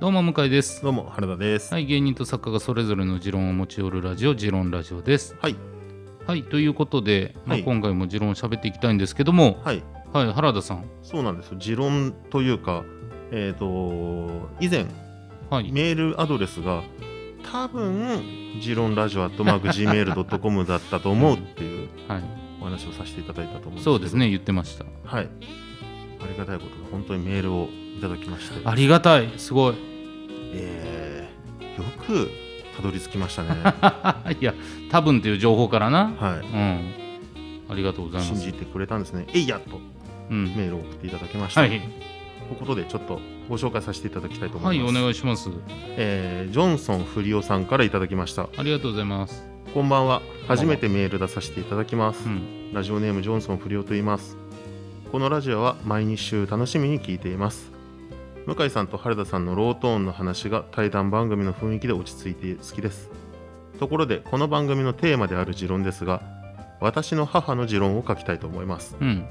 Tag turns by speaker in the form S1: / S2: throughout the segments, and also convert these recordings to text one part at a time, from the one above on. S1: どうも向井です
S2: どうも原田です。
S1: はい芸人と作家がそれぞれの持論を持ち寄るラジオ持論ラジオです
S2: はい
S1: はいということで、まあ
S2: はい
S1: 今回も持論を喋っていきたいんですけども
S2: はい、
S1: はい原田さん
S2: そうなんですよ。持論というか、えっ、と以前
S1: はい
S2: メールアドレスが多分持論ラジオアットマーク gmail ドットコムだったと思うっていう
S1: はい
S2: お話をさせていただいたと思うんですけど
S1: そうです。ね言ってました
S2: はい。ありがたいことで本当にメールをいただきまして、
S1: ありがたいすごい
S2: えー、よくたどり着き ましたね。
S1: いや多分という情報からな
S2: は
S1: うんありがとうご
S2: い。
S1: ざいま
S2: 信
S1: す
S2: じてくれたんですね。えいやっと
S1: うん
S2: メールを送っていただきました。
S1: はい
S2: ということでちょっとご紹介させていただきたいと思
S1: はいい
S2: ます。
S1: お願いします
S2: えージョンソンフリオさんからいただきました
S1: ありがとうございます
S2: こんばんは初めてメール出させていただきま
S1: う
S2: す、
S1: ん
S2: ラジオネームジョンソンフリオと言いますこのラジオは毎日週楽しみに聞いています向井さんと原田さんのロートーンの話が対談番組の雰囲気で落ち着いて好きですところでこの番組のテーマである持論ですが私の母の持論を書きたいと思います
S1: うん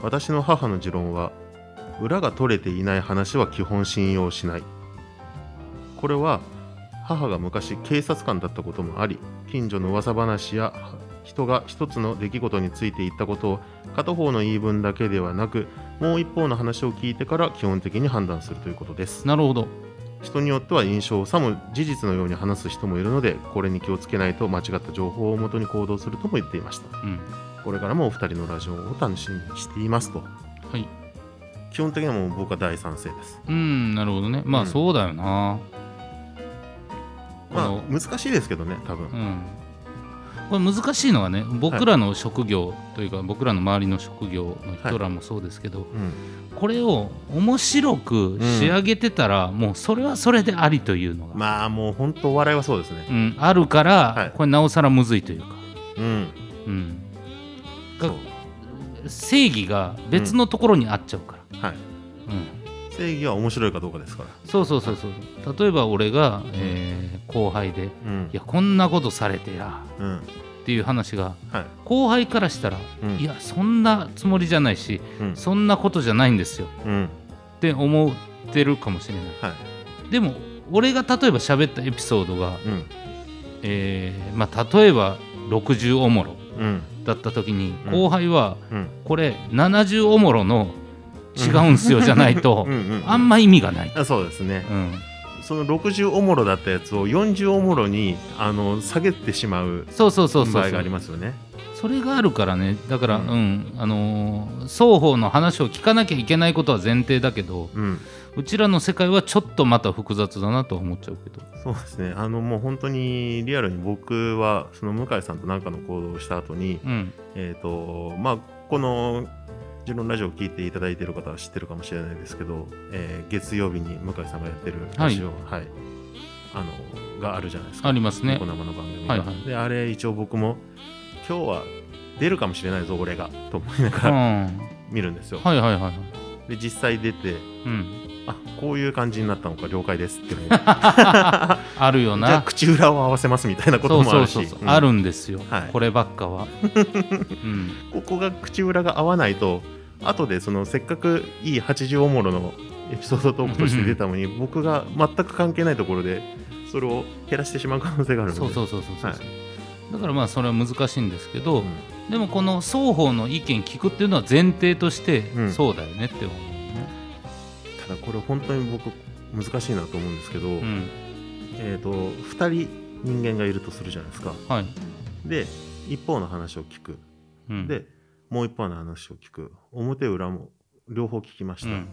S2: 私の母の持論は裏が取れていない話は基本信用しないこれは母が昔警察官だったこともあり近所の噂話や人が一つの出来事について言ったことを片方の言い分だけではなくもう一方の話を聞いてから基本的に判断するということです
S1: なるほど
S2: 人によっては印象をさも事実のように話す人もいるのでこれに気をつけないと間違った情報をもとに行動するとも言っていました
S1: うん
S2: これからもお二人のラジオを楽しみにしていますと
S1: はい
S2: 基本的にはもう僕は大賛成です。
S1: うんなるほどねまあ、
S2: うん
S1: そうだよな
S2: ま
S1: こ
S2: あ
S1: の
S2: 難しいですけどね、多分。
S1: うんこれ難しいのはね僕らの職業というか、僕らの周りの職業の人らもそうですけど、
S2: うん、
S1: これを面白く仕上げてたら、もうそれはそれでありというのが、
S2: まあもう本当お笑いはそうですね
S1: う。ん、あるから、
S2: はい
S1: これなおさらむずいというか、
S2: うん。
S1: うん、
S2: そう
S1: が正義が別のところにあっちゃうから、
S2: はい。
S1: うん
S2: 正義は面白いかどうかですから。
S1: そうそうそうそう例えば俺が、えー後輩で
S2: うん
S1: 「い。やこんなことされてや」
S2: うん。
S1: っていう話が
S2: はい。
S1: 後輩からしたら、
S2: うん
S1: いやそんなつもりじゃないし
S2: うん。
S1: そんなことじゃないんですよ
S2: うん。
S1: って思ってるかもしれない
S2: はい。
S1: でも俺が例えば喋ったエピソードが、
S2: うん。
S1: えーまあ、例えば60おもろ
S2: うん。
S1: だった時に
S2: うん
S1: 後輩は、
S2: うん。
S1: これ70おもろの違うんすよじゃないと
S2: うん。うん。
S1: あんま意味がない、
S2: あそうですね。
S1: うん、
S2: その60おもろだったやつを40おもろにあの下げてしまう
S1: そうそうそうそ
S2: 場
S1: う
S2: 合
S1: そ
S2: があ
S1: う
S2: りますよね。
S1: それがあるからねだから、う
S2: うんん
S1: あのー双方の話を聞かなきゃいけないことは前提だけど、
S2: うん。
S1: うちらの世界はちょっとまた複雑だなとは思っちゃうけど。
S2: そうですね。あのもう本当にリアルに僕はその向井さんと何かの行動をした後に、
S1: うん。
S2: えーとまあ、この「ジ論ラジオ」を聞いていただいている方は知ってるかもしれないですけど、えー月曜日に向井さんがやってるラジオ、はいあのがあるじゃないですか
S1: ありますね
S2: ニコ。生の番組が、
S1: はいはい
S2: であれ一応僕も今日は出るかもしれないぞ俺がと思いな
S1: う
S2: が
S1: ん。
S2: ら
S1: は
S2: 見るんですよ、
S1: いはいはい。
S2: で実際出て
S1: うん。
S2: あこういう感じになったのか了解ですっていうじゃ
S1: あるよ
S2: あ
S1: な。
S2: 口裏を合わせますみたいなこ
S1: そ
S2: と
S1: う
S2: もあ
S1: そう
S2: るし
S1: そうそう。
S2: うん
S1: あるんですよ
S2: は。い
S1: こればっか は。うん。
S2: ここが口裏が合わないと後でそのせっかくいい80おもろのエピソードトークとして出たのに僕が全く関係ないところでそれを減らしてしまう可能性があるので
S1: そうそううそうそうそう。
S2: はい
S1: だからまあそれは難しいんですけど、
S2: ん
S1: でもこの双方の意見聞くっていうのは前提として
S2: うん
S1: そうだよねって思うね。
S2: ただこれ本当に僕難しいなと思うんですけど、
S1: うん。
S2: えー、と2人人間がいるとするじゃないですか
S1: はい。
S2: で一方の話を聞く
S1: うん。
S2: でもう一方の話を聞く表裏も両方聞きまし
S1: う
S2: た、
S1: ん。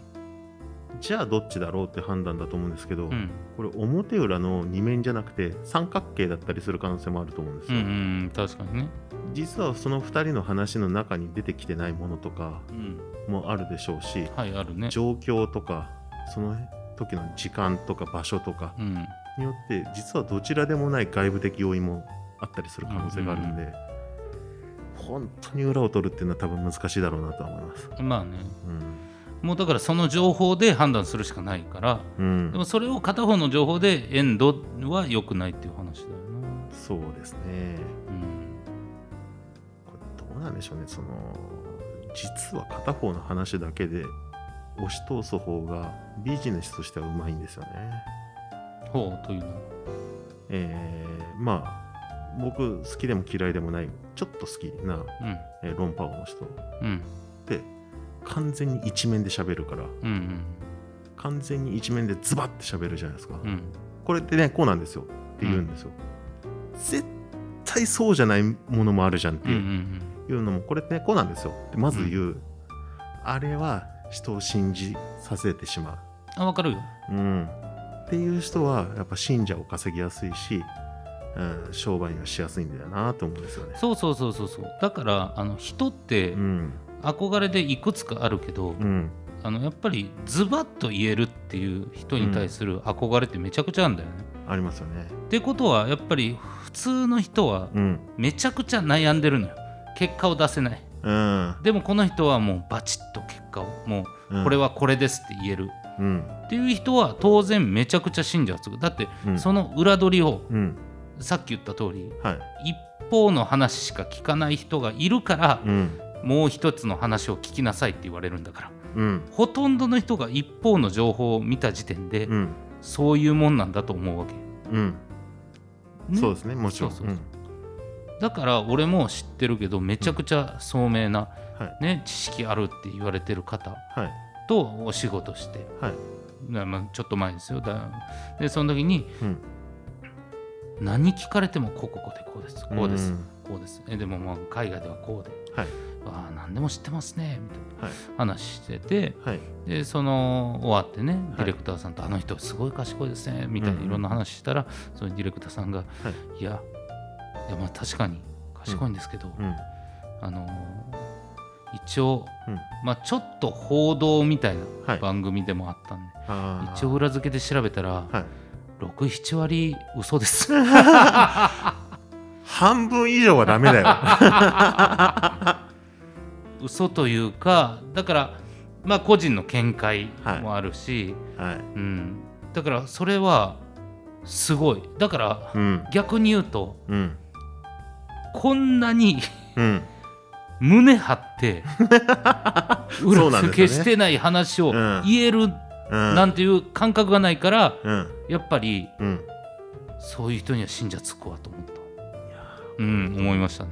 S2: じゃあどっちだろうって判断だと思うんですけど、
S1: うん。
S2: これ表裏の二面じゃなくて三角形だったりする可能性もあると思うんで
S1: う
S2: す
S1: んう
S2: よ、
S1: ん。確かにね。
S2: 実はその2人の話の中に出てきてないものとか
S1: うん。
S2: もあるでしょうし
S1: はい、あるね。
S2: 状況とかその時の時間とか場所とか
S1: うん。
S2: によって実はどちらでもない外部的要因もあったりする可能性があるんで、本当に裏を取るっていうのは多分難しいだろうなとは思います。
S1: まあね。
S2: うん
S1: もうだからその情報で判断するしかないから、
S2: うん
S1: でもそれを片方の情報でエンドは良くないっていう話だよな、
S2: そうですね
S1: うん、
S2: これどうなんでしょうねその実は片方の話だけで押し通す方がビジネスとしてはうまいんですよね。
S1: ほうというのは
S2: えーまあ僕好きでも嫌いでもないちょっと好きな、えー論破王の人っ
S1: うんうん
S2: て完全に一面で喋るから
S1: うん
S2: 完全に一面でズバッて喋るじゃないですか、
S1: うんうん
S2: これってねこうなんですよって言うんですよ、絶対そうじゃないものもあるじゃんって
S1: うんう
S2: い
S1: ん
S2: う,、のもこれってねこうなんですよってまず言う、あれは人を信じさせてしまう
S1: あ分かるよ
S2: うん、っていう人はやっぱ信者を稼ぎやすいし、うん、商売にはしやすいんだよなと思うんですよね。
S1: そうそうそうそうそうだからあの人って
S2: うん
S1: 憧れでいくつかあるけど、
S2: うん、
S1: あのやっぱりズバッと言えるっていう人に対する憧れってめちゃくちゃあるんだよね、
S2: ありますよね。
S1: ってことはやっぱり普通の人は
S2: うん、
S1: めちゃくちゃ悩んでるのよ結果を出せない
S2: うん、
S1: でもこの人はもうバチッと結果をも
S2: う
S1: うんこれはこれですって言える、
S2: うん、
S1: っていう人は当然めちゃくちゃ信者をつくだって
S2: うん
S1: その裏取りを
S2: うん、
S1: さっき言った通り
S2: はい、
S1: 一方の話しか聞かない人がいるから
S2: うん、
S1: もう一つの話を聞きなさいって言われるんだから
S2: うん、
S1: ほとんどの人が一方の情報を見た時点で
S2: うん、
S1: そういうもんなんだと思うわけ、
S2: うん、
S1: ね
S2: そうですね、もちろん。
S1: そうそうだから俺も知ってるけどめちゃくちゃ聡明な、
S2: うんは
S1: ね、知識あるって言われてる方
S2: はい、
S1: とお仕事して、
S2: はい、
S1: なまあ、ちょっと前ですよだでその時に
S2: うん、
S1: 何聞かれてもこうこうこうでこうですこうです、
S2: ん
S1: こうですえでもまあ海外ではこうで、
S2: はい
S1: わあ何でも知ってますねみたいな
S2: はい
S1: 話してて
S2: はい、
S1: でその終わってね
S2: い
S1: ディレクターさんと、あの人すごい賢いですねみたい
S2: うんう
S1: なんいろんな話したら、そのディレクターさんが、い、やいやまあ確かに賢いんですけど、
S2: うん、
S1: あの一応、
S2: うん
S1: まあ、ちょっと報道みたい
S2: は
S1: ない番組でもあったんで、
S2: あー
S1: 一応裏付けで調べたら、
S2: はい、
S1: 67割嘘です
S2: 半分以上はダ メだよ。
S1: 嘘というかだからまあ個人の見解もあるし、
S2: はい、
S1: うん、だからそれはすごいだから
S2: うん、
S1: 逆に言うと
S2: うん、
S1: こんなに
S2: うん、
S1: 胸張って
S2: そうな
S1: 裏
S2: んですよね
S1: 付けしてない話を
S2: うん
S1: 言える
S2: うん、
S1: なんていう感覚がないから
S2: うん、
S1: やっぱり
S2: うん。
S1: そういう人には信者つくわと思ったうん思いましたね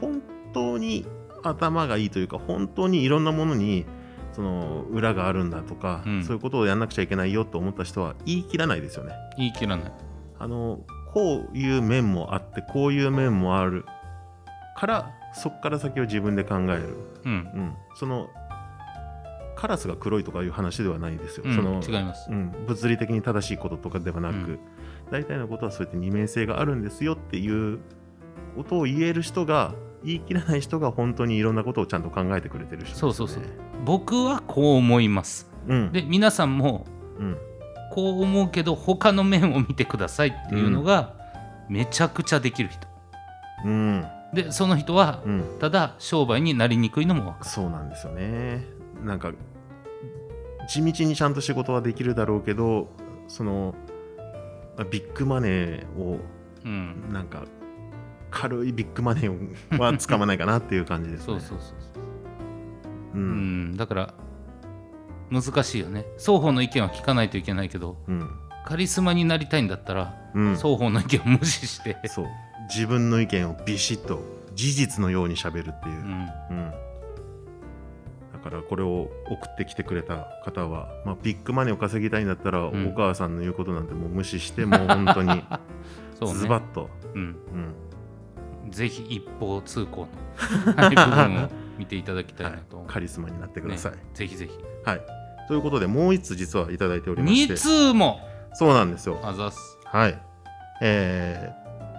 S2: 本当に頭がいいというか本当にいろんなものにその裏があるんだとか、
S1: うん
S2: そういうことをやんなくちゃいけないよと思った人は言い切らないですよね。
S1: 言い切らない
S2: あのこういう面もあってこういう面もあるからそこから先を自分で考える、
S1: うん
S2: うん、そのカラスが黒いとかいう話ではないですよ。
S1: うん
S2: その
S1: 違います
S2: うん、物理的に正しいこととかではなく、
S1: うん
S2: 大体のことはそうやって二面性があるんですよっていうことを言える人が言い切らない人が本当にいろんなことをちゃんと考えてくれてる人です
S1: そ
S2: よ
S1: う
S2: ね
S1: そうそう僕はこう思います
S2: うん、
S1: で皆さんも
S2: うん、
S1: こう思うけど他の面を見てくださいっていうのがめちゃくちゃできる人
S2: うん、
S1: でその人は
S2: うん、
S1: ただ商売になりにくいのも分か
S2: そうなんですよね。なんか地道にちゃんと仕事はできるだろうけど、そのまあビッグマネーを
S1: るうん
S2: なんか軽いビッグマネーをはつかまないかなっていう感じです
S1: そ
S2: ね。
S1: うそうそうそう
S2: う、
S1: うんんだから難しいよね双方の意見は聞かないといけないけど
S2: うん、
S1: カリスマになりたいんだったら
S2: うん、
S1: 双方の意見を無視 して
S2: そう自分の意見をビシッと事実のようにしゃべるっていうう、
S1: ん
S2: うんだからこれを送ってきてくれた方は、まあ、ビッグマネーを稼ぎたいんだったら、
S1: うん
S2: お母さんの言うことなんてもう無視してもう本当に
S1: そう
S2: ズ
S1: ね
S2: バッと、
S1: うん、
S2: うん
S1: ぜひ一方通行のはい部分を見ていただきたい
S2: は
S1: ないと、、
S2: カリスマになってください、
S1: ねぜひぜひ
S2: はい、ということでもう1つ実はいただいておりまし
S1: 2
S2: て
S1: 通も
S2: そうなんですよ
S1: あざっす
S2: はいえ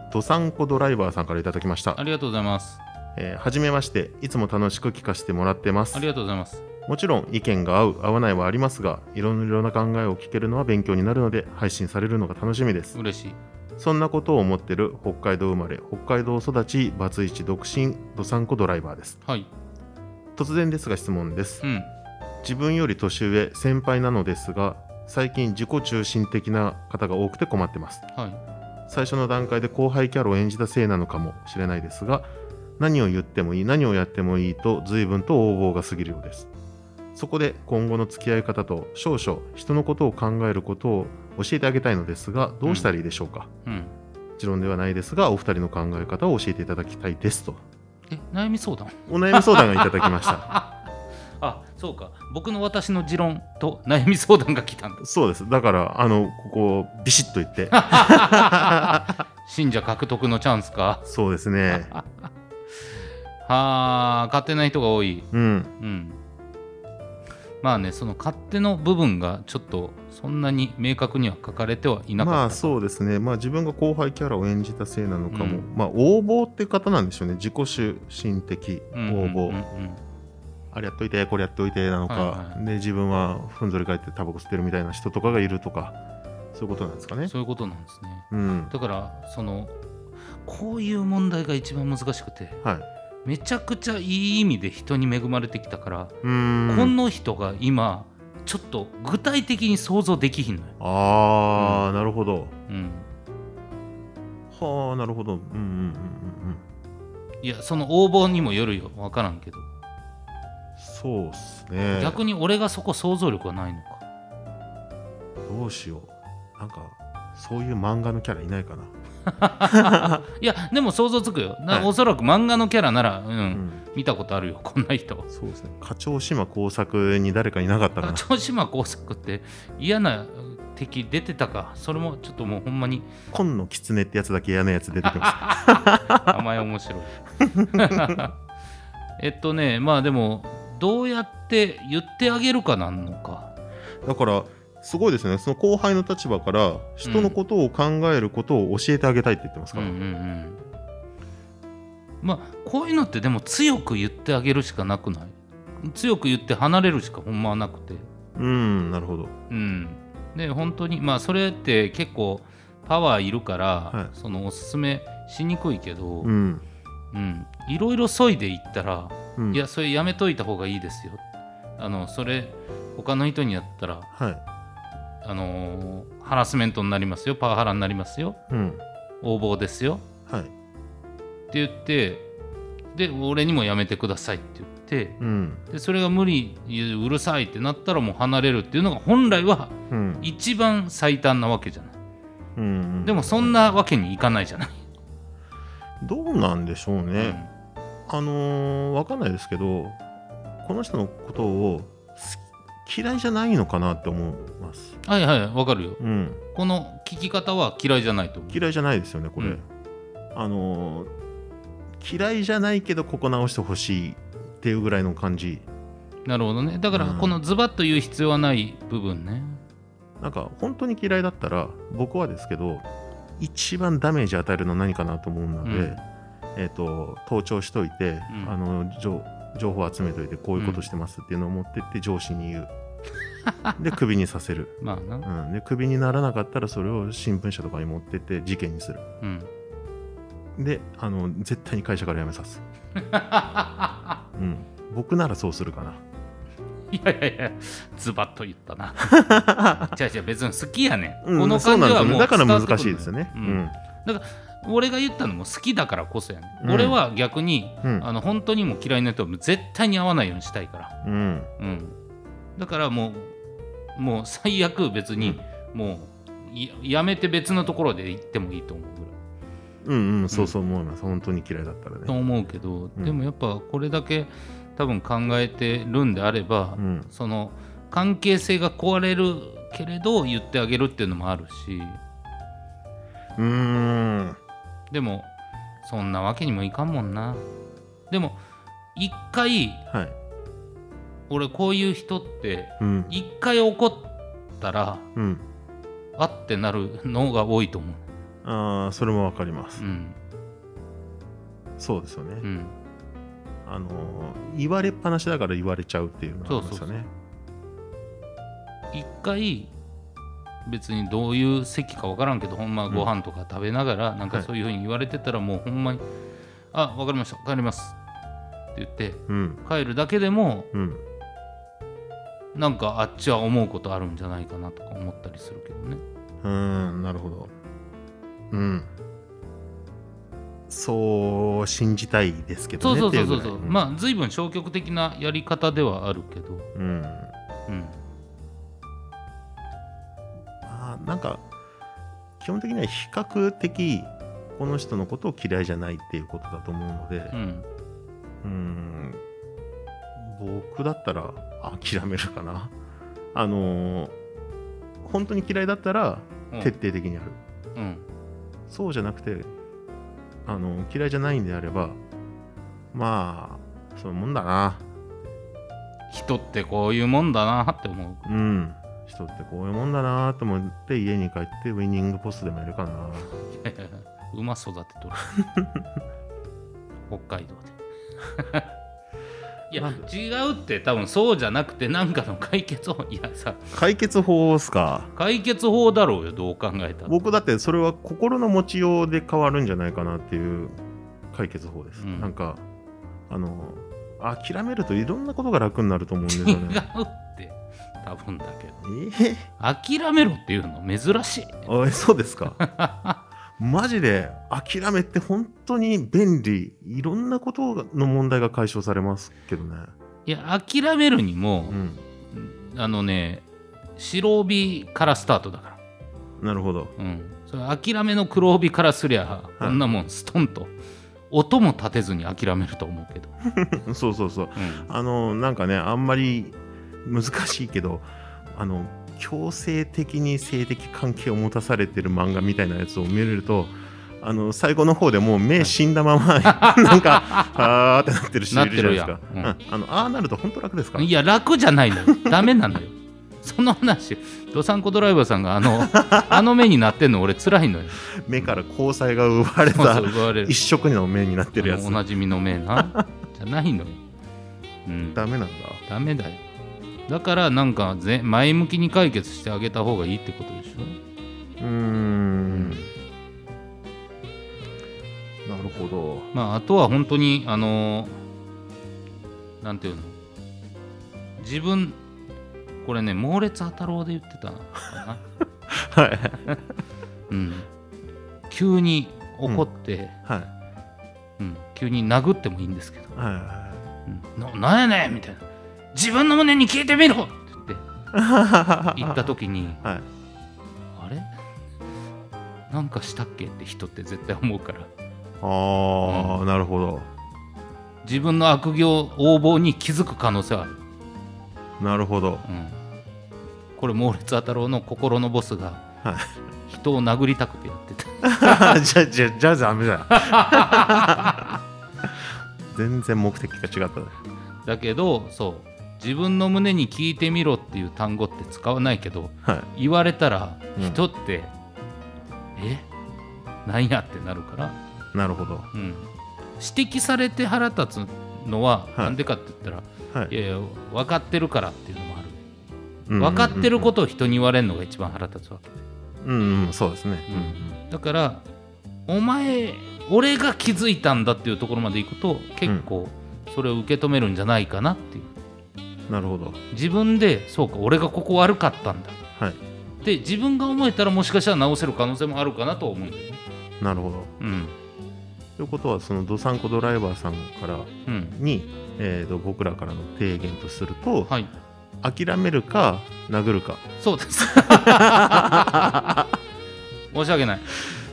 S2: ー、どさんこドライバーさんからいただきました
S1: あ、りがとうございます
S2: えーはじめましていつも楽しく聞かせてもらってます
S1: ありがとうございます
S2: もちろん意見が合う合わないはありますがいろいろな考えを聞けるのは勉強になるので配信されるのが楽しみです
S1: 嬉しい
S2: そんなことを思ってる北海道生まれ北海道育ちバツイチ独身ドサンコドライバーです
S1: はい
S2: 突然ですが質問です
S1: うん
S2: 自分より年上先輩なのですが最近自己中心的な方が多くて困ってます
S1: はい
S2: 最初の段階で後輩キャラを演じたせいなのかもしれないですが何を言ってもいい何をやってもいいと随分と横暴が過ぎるようですそこで今後の付き合い方と少々人のことを考えることを教えてあげたいのですがどうしたらいいでしょうか、
S1: うん、
S2: 持論ではないですがお二人の考え方を教えていただきたいですと
S1: え悩み相談
S2: お悩み相談がいただきま した
S1: あそうか僕の私の持論と悩み相談が来たんです
S2: そうですだからあのここをビシッと言って
S1: 信者獲得のチャンスか
S2: そうですね
S1: はあ勝手な人が多い
S2: うん
S1: うんまあねその勝手の部分がちょっとそんなに明確には書かれてはいな
S2: ま
S1: か
S2: あ
S1: った
S2: そうですねまあ自分が後輩キャラを演じたせいなのかも、
S1: う
S2: まあ横暴って方なんでしょうね自己主心的
S1: うん
S2: 横暴、
S1: うんうん
S2: あれやっといてこれやっといてなのか、
S1: はいは
S2: で自分はふんぞり返ってタバコ吸ってるみたいな人とかがいるとかそういうことなんですか
S1: う
S2: ね
S1: んそういうことなんですね
S2: うん
S1: だからそのこういう問題が一番難しくて
S2: はい
S1: めちゃくちゃいい意味で人に恵まれてきたから、
S2: うーん
S1: この人が今ちょっと具体的に想像できひんのよ、
S2: ああ、なるほど
S1: うん、
S2: はあなるほどうんうんうんうんうん
S1: いやその応募にもよるよ分からんけど、
S2: そうっすね
S1: 逆に俺がそこ想像力がないのか
S2: どうしようなんかそういう漫画のキャラいないかな、
S1: いやでも想像つくよ、な
S2: はい
S1: おそらく漫画のキャラなら、うん
S2: うん、
S1: 見たことあるよこんな人
S2: そうですね課長島耕作に誰かいなかったかな
S1: 長島耕作って嫌な敵出てたかそれもちょっともうほんまに
S2: 紺の狐ってやつだけ嫌なやつ出てきまし
S1: 名前面白い えっとねまあでもどうやって言ってあげるかなんのか
S2: ただからすごいですねその後輩の立場から人のことを考えることを教えてあげたいって言ってます
S1: う
S2: か
S1: んう
S2: ら、
S1: んうんまあこういうのってでも強く言ってあげるしかなくない強く言って離れるしかほんまはなくて
S2: うん、なるほど
S1: うんで本当にまあそれって結構パワーいるから、
S2: はい
S1: そのおすすめしにくいけど、
S2: うん、
S1: うんいろいろそいでいったら
S2: うん、
S1: いやそれやめといた方がいいですよあのそれ他の人にやったら
S2: はい
S1: あのーハラスメントになりますよパワハラになりますよ
S2: うん
S1: 横暴ですよ
S2: はい
S1: って言ってで俺にもやめてくださいって言って
S2: うん
S1: でそれが無理うるさいってなったらもう離れるっていうのが本来は
S2: うん
S1: 一番最短なわけじゃない
S2: うん
S1: でもそんなわけにいかないじゃない、
S2: どうなんでしょうね、あのー、わかんないですけどこの人のことを好き嫌いじゃないのかなって思います
S1: うんはいはいわかるよ
S2: うん
S1: この聞き方は嫌いじゃないと思う
S2: 嫌いじゃないですよねこれ、
S1: うん
S2: あのー嫌いじゃないけどここ直してほしいっていうぐらいの感じ
S1: なるほどねだから
S2: うん
S1: このズバッと言う必要はない部分ね、
S2: なんか本当に嫌いだったら僕はですけど一番ダメージ与えるの何かなと思うので、
S1: うん
S2: えっ、と盗聴しといて、
S1: うん
S2: あの情情報集めといてこういうことしてますっていうのを持ってって上司に 言う、でクビにさせる、
S1: まあな
S2: うん、でクビにならなかったらそれを新聞社とかに持ってって事件にする
S1: うん
S2: であの絶対に会社から辞めさす、うん、僕ならそうするかない
S1: やいやいや、ズバッと言った な。じゃじゃ別に好きやねん。
S2: うん
S1: この
S2: そ
S1: 感
S2: うな
S1: じ
S2: んで
S1: は
S2: すよ
S1: も
S2: ね
S1: う
S2: だから
S1: 伝わってく
S2: 難
S1: る
S2: しいですよね、
S1: う
S2: うんん
S1: 俺が言ったのも好きだからこそやねん。
S2: うん
S1: 俺は逆に、
S2: うん
S1: あの本当にもう嫌いな人はもう絶対に会わないようにしたいから。
S2: うん
S1: うん、だからもう、もう最悪別に、もういやめて別のところで行ってもいいと思うぐらい。
S2: うんうんそうそう思います、本当に嫌いだったら
S1: と
S2: ね、
S1: 思うけど、
S2: うん
S1: でもやっぱこれだけ多分考えてるんであれば、
S2: うん、
S1: その関係性が壊れるけれど言ってあげるっていうのもあるし
S2: うーん
S1: でもそんなわけにもいかんもんなでも一回
S2: はい。
S1: 俺こういう人って
S2: うん。
S1: 一回怒ったら
S2: うん。
S1: あってなるのが多いと思う
S2: ああ、それもわかります
S1: う。ん
S2: そうですよね。
S1: うん
S2: あのー、言われっぱなしだから言われちゃうっていうのがありますよね。
S1: 一回別にどういう席か分からんけどほんまご飯とか食べながらなんかそういうふうに言われてたらもうほんまに「あ分かりました帰ります」って言って
S2: うん。
S1: 帰るだけでも
S2: うん。
S1: なんかあっちは思うことあるんじゃないかなとか思ったりするけどね。
S2: うーん、なるほど。うん。そう信じたいですけ
S1: そう
S2: どね
S1: そう
S2: って
S1: そ
S2: いう
S1: そ
S2: う
S1: う
S2: ぐらい
S1: そう、
S2: ん
S1: まあ随分消極的なやり方ではあるけど、
S2: うん
S1: うん、
S2: まあなんか基本的には比較的この人のことを嫌いじゃないっていうことだと思うので、
S1: うん、
S2: うん僕だったら諦めるかなあのー本当に嫌いだったら
S1: うん
S2: 徹底的にやる、
S1: うん、
S2: そうじゃなくてあの嫌いじゃないんであればまあそういうもんだな
S1: 人ってこういうもんだなって思う。
S2: うん人ってこういうもんだなと思って家に帰ってウィニングポストでもやるかな
S1: 馬育て とる北海道 でいや
S2: なん
S1: 違うって多分そうじゃなくてなんかの解決をいやさ
S2: 解決法っすか
S1: 解決法だろうよどう考えたら、
S2: 僕だってそれは心の持ちようで変わるんじゃないかなっていう解決法で
S1: う
S2: す、
S1: ん
S2: なんかあの諦めるといろんなことが楽になると思うんですよ
S1: 違う
S2: ね
S1: って多分だけど
S2: え
S1: 諦めろっていうの珍しい
S2: ーあそうですかマジで諦めって本当に便利いろんなことの問題が解消されますけどね
S1: いや諦めるにも
S2: う、ん
S1: あのね白帯からスタートだか
S2: なるほど
S1: らうんそれ諦めの黒帯からすりゃこんなもんストンと音も立てずに諦めると思うけど、
S2: そうそうそう
S1: うん
S2: あのなんかねあんまり難しいけどあの強制的に性的関係を持たされてる漫画みたいなやつを見れるとあの最後の方でもう目死んだ ままなんかあーってなってる人いるじゃないです
S1: なっ
S2: か
S1: て、
S2: う
S1: る
S2: ん
S1: やん
S2: あのああなると本当楽ですから
S1: いや楽じゃないの よダメなのよその話どさんこドライバーさんがあ のあの目になってんの俺辛いのよ
S2: 目から交際が奪われ
S1: そう
S2: た
S1: そう奪われる
S2: 一色の目になってるや
S1: あ
S2: つ
S1: のおなじみの目なじゃないのよ、うん、
S2: ダメなんだ
S1: ダメだよだからなんかぜ前向きに解決してあげた方がいいってことでしょ
S2: うーんなるほど
S1: まああとは本当にあのーなんていうの自分これね猛烈太郎で言ってたのかな
S2: はい
S1: うん、急に怒って、
S2: はい
S1: うん急に殴ってもいいんですけど
S2: はいはい
S1: 「うんななんやねん!」みたいな「自分の胸に聞いてみろ!」って 言って行った時に
S2: はい
S1: 「あれなんかしたっけ?」って人って絶対思うから
S2: ああ、なるほど
S1: 自分の悪行横暴に気づく可能性はある、
S2: なるほど
S1: うん、これ猛烈太郎の心のボスが
S2: はい
S1: 人を殴りたくてやってた
S2: じゃあじゃあじゃあダメだ 全然目的が違った
S1: だけどそう自分の胸に聞いてみろっていう単語って使わないけど
S2: はい
S1: 言われたら
S2: うん
S1: 人って、えなんやってなるから、
S2: なるほど
S1: うん、指摘されて腹立つのは
S2: はい
S1: なんでかって言ったら、
S2: はい
S1: い、やいや分かってるからっていうのもある
S2: うん
S1: 分かってることを人に言われるのが一番腹立つわけ、
S2: うんうんそうですね
S1: うんだからお前俺が気づいたんだっていうところまでいくと結構それを受け止めるんじゃないかなっていう
S2: なるほど
S1: 自分でそうか俺がここ悪かったんだ
S2: はい
S1: で自分が思えたらもしかしたら直せる可能性もあるかなと思うんだよね
S2: なるほど
S1: うん
S2: ということはそのどさんこドライバーさんから
S1: うん
S2: に、えー、と僕らからの提言とすると、
S1: はい
S2: 諦めるか殴るか
S1: そうです 申し訳ない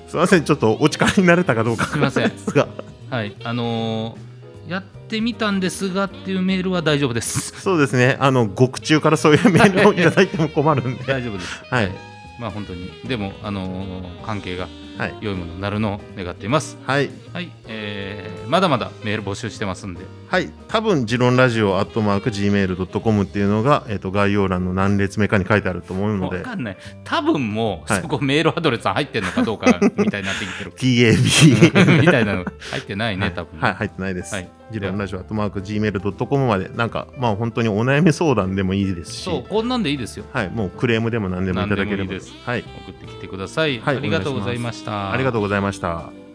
S2: すいませんちょっとお力になれたかどうか
S1: すいません
S2: ですが
S1: はいあのーやってみたんですがっていうメールは大丈夫です
S2: そうですねあの獄中からそういうメールをいただいても困るんで
S1: 大丈夫です
S2: はい
S1: まあ本当にでもあのー関係が
S2: はい
S1: 良いものになるのを願っています
S2: はい
S1: はい、えーまだまだメール募集してますんで
S2: はい、多分ジロンラジオアットマーク Gmail.com っていうのが、えっと概要欄の何列目かに書いてあると思うの
S1: わ
S2: で
S1: かんない多分もう
S2: はい
S1: そこメールアドレス入ってるのかどうかみたいになってきてる
S2: TAB
S1: みたいなの入ってない ね多分
S2: はい入ってないです、
S1: はい
S2: ジロンラジオアットマーク Gmail.com までなんかまあ本当にお悩み相談でもいいですし
S1: そうこんなんでいいですよ
S2: はい、もうクレームでも何でもいただければ
S1: 何でもいいです
S2: はい、
S1: 送ってきてください、
S2: はい
S1: ありがとうございました
S2: ありがとうございました